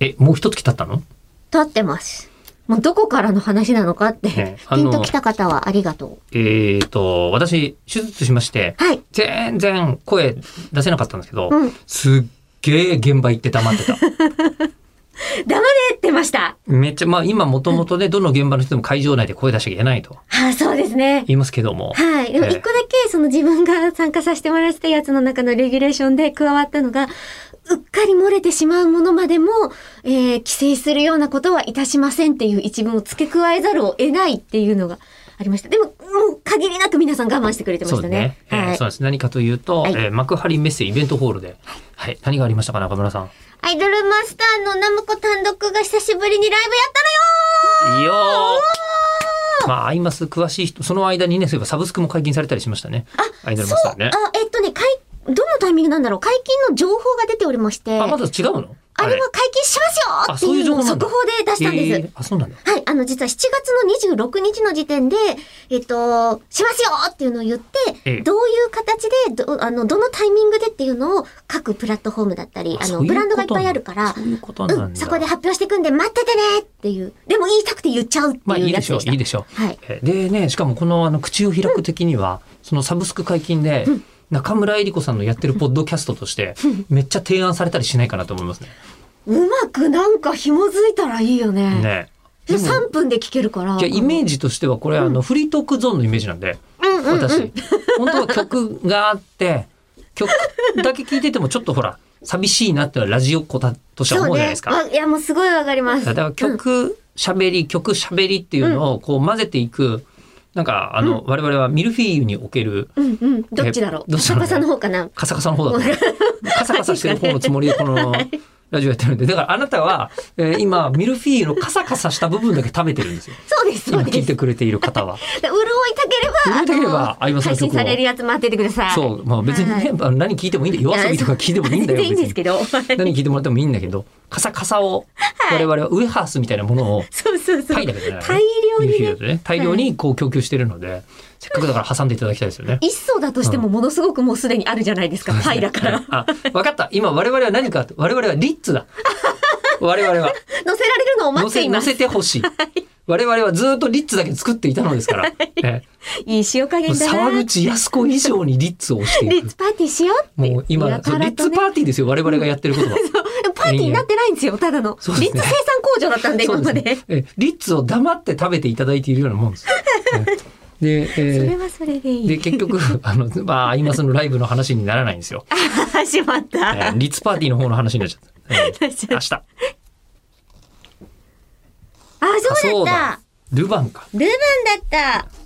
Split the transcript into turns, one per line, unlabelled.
え、もう一月経ったの
立ってます。もうどこからの話なのかって、
ねあ
ピ
の
ンと来た方はありがと
えっ、と、私、手術しまして、
う。はい。
全然声出せなかったんですけど、
うん。
すっげえ現場行って黙ってた。
黙れってました。
めっちゃ、まあ今もともとね、どの現場の人でも会場内で声出しちゃいけないと
はい、そうですね。
言いますけども、
はい。でも
ええ
一個だけ、その自分が参加させてもらってたやつの中のレギュレーションで加わったのが、うっかり漏れてしまうものまでも、えー規制するようなことはいたしませんっていう一文を付け加えざるを得ないっていうのがありました。でも、もう限りなく皆さん我慢してくれてま
そ
し
う
た
です
ね
ね。。えー
はい
そう。なんです。何かというと、
はい
えー幕張メッセイベントホールで、はい、何がありましたか、中村さん。
アイドルマスターのナムコ単独が久しぶりにライブやった
いやーまあ、アイマス詳しい人、その間にね、そういえばサブスクも解禁されたりしましたね。アイドルマスターね。
のよあ、えっとね、解、どのタイミングなんだろう解禁の情報が出ておりまして、
あ、ま
あ
だ違うの
れは解禁しますよ
あ
って
そうい
いうう
情
の
報
を
なんだ
速報で出したんです。
えーあ、そうなんだ。
はい、あの、実は7月の26日の時点で、えっと、しますよっていうのを言っ
え
て、
え
どういう形で、ど、あの、どのタイミングでっていうのを各プラットフォームだったり、あ
そう
の、
いう
ブランドがい
こと
っ
なん
ぱい
だ
あるから
そう、いうことなんだ。
うん、そこで発表していくんで待っててねっていう。でも言いたくて言っちゃうって
まあ、
い
いうい
や
で
つ
しょ
で
う
し、た。
いいでしょ
はい。
う。えでね、しかもこのあの口を開く的には、そのサブスク解禁で、中村江里子さんのやってるポッドキャストとして、めっちゃ提案されたりしないかなと思いますね。
うまくなんか紐づいたらいいよね。
ね。
で
も
3分で聞けるから。
じゃあイメージとしてはこれあのフリートークゾーンのイメージなんで、
うんうんうん
私本当は曲があって曲だけ聴いててもちょっとほら寂しいなってのはラジオっ子だとしては思うじゃないですか。
そうねわいや、もうすごいわかります。
だから曲喋り曲喋りっていうのをこう混ぜていくなんかあの我々はミルフィーユにおける
うんうん。どっちだろう。
どっちだろうね
坂さんの方かな。
カサカサの 方だと思うカサカサしてる方のつもりでこのラジオやってるんでだからあなたは、えー今ミルフィーユのカサカサした部分だけ食べてるんですよ
そうです、そ
今
う
聞
で
い
す。
てくれている方は。
潤いたけれ
潤
ば、
いたければ
あ
相葉
の
さんの曲を
配信されるやつ待っててください。
そう、まあ別にね、
はい
まあ何聞いてもいいんだよ。夜遊びとか聞いてもいいんだよ。
全然いいんですけど。
別に何聞いてもらってもいいんだけど、カサカサを、我々はウエハースみたいなものを、
そうそうそう。
タイだけじゃない
大量にね。
ね。大量にこう供給してるので、せっかくだから挟んでいただきたいですよね。
一層だとしてもものすごくもうすでにあるじゃないですか。パイだから。
あ、わかった。今我々は何かと、我々はリッ ツだ。我々は。
乗せられるのを待
乗
って
せ、
い
乗
ます。
せてほしい。我々はずっとリッツだけ作っていたのです から。え
いい塩加
えもう
減だ
沢
な。
口靖子以上にリッツを押して
リ
い
ッ
く。
ツパーティーしようって。
もう今、
や
そ
た
うリ
ら
ッツ
とね
パーティーですよ。我々がやってることは。
パーティーになってないんですよ、ただの。
そうですね
リッツ生産工場だったんで、
そ
今
う
まで。
すねえリッツを黙って食べていただいているようなもん です。えで、
それ
え
はそれでい
ーで
い。
結局あのまあアイマスのライブの話にならないんですよ。
あ、しまっ
え
た。
ーリッツパーティーの方の話になっちゃった。えー
確か
明
に
日。あ
あ、そうだった。
ルヴァンか。
ルヴァンだった。